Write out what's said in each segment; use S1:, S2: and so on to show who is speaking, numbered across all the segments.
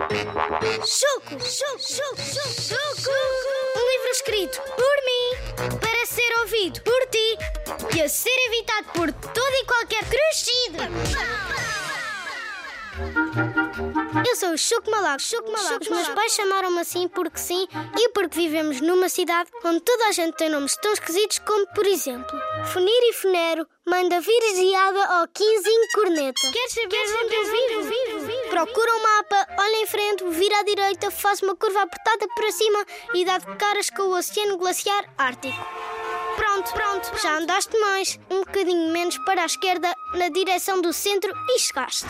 S1: Chuco, chuco, chuco, chuco, chuco. Um livro escrito por mim, para ser ouvido por ti e a ser evitado por todo e qualquer crescido. Eu sou o Chuco Malaco. Chuco Malaco. Os meus pais chamaram-me assim porque sim e porque vivemos numa cidade onde toda a gente tem nomes tão esquisitos como, por exemplo, Funir e Funero, Manda Virgiada ou Quinzinho Corneta. Queres saber Queres onde eu vivo? Procura um mapa, olha em frente, vira à direita, faz uma curva apertada para cima e dá de caras com o oceano glaciar ártico. Pronto, pronto, já andaste mais, um bocadinho menos para a esquerda, na direção do centro e chegaste.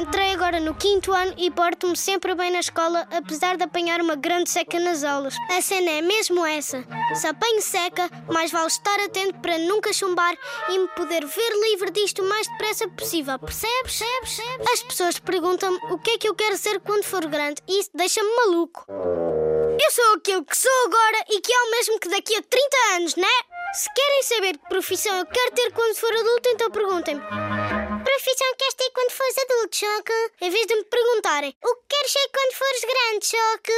S1: Entrei agora no quinto ano e porto-me sempre bem na escola, apesar de apanhar uma grande seca nas aulas. A cena é mesmo essa. Se apanho seca, mais vale estar atento para nunca chumbar e me poder ver livre disto o mais depressa possível. Percebes? Percebes? As pessoas perguntam-me o que é que eu quero ser quando for grande e isso deixa-me maluco. Eu sou aquilo que sou agora e que é o mesmo que daqui a 30 anos, né? Se querem saber que profissão eu quero ter quando for adulto, então perguntem-me profissão que queres ter quando fores adulto, Choque? Em vez de me perguntarem o que queres ser quando fores grande, Choque?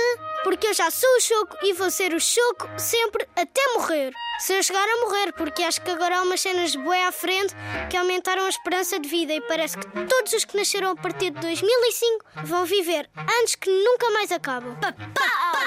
S1: Porque eu já sou o Choco e vou ser o Choco sempre até morrer. Se eu chegar a morrer, porque acho que agora há umas cenas bué à frente que aumentaram a esperança de vida e parece que todos os que nasceram a partir de 2005 vão viver antes que nunca mais acabam. Pa, pa, pa.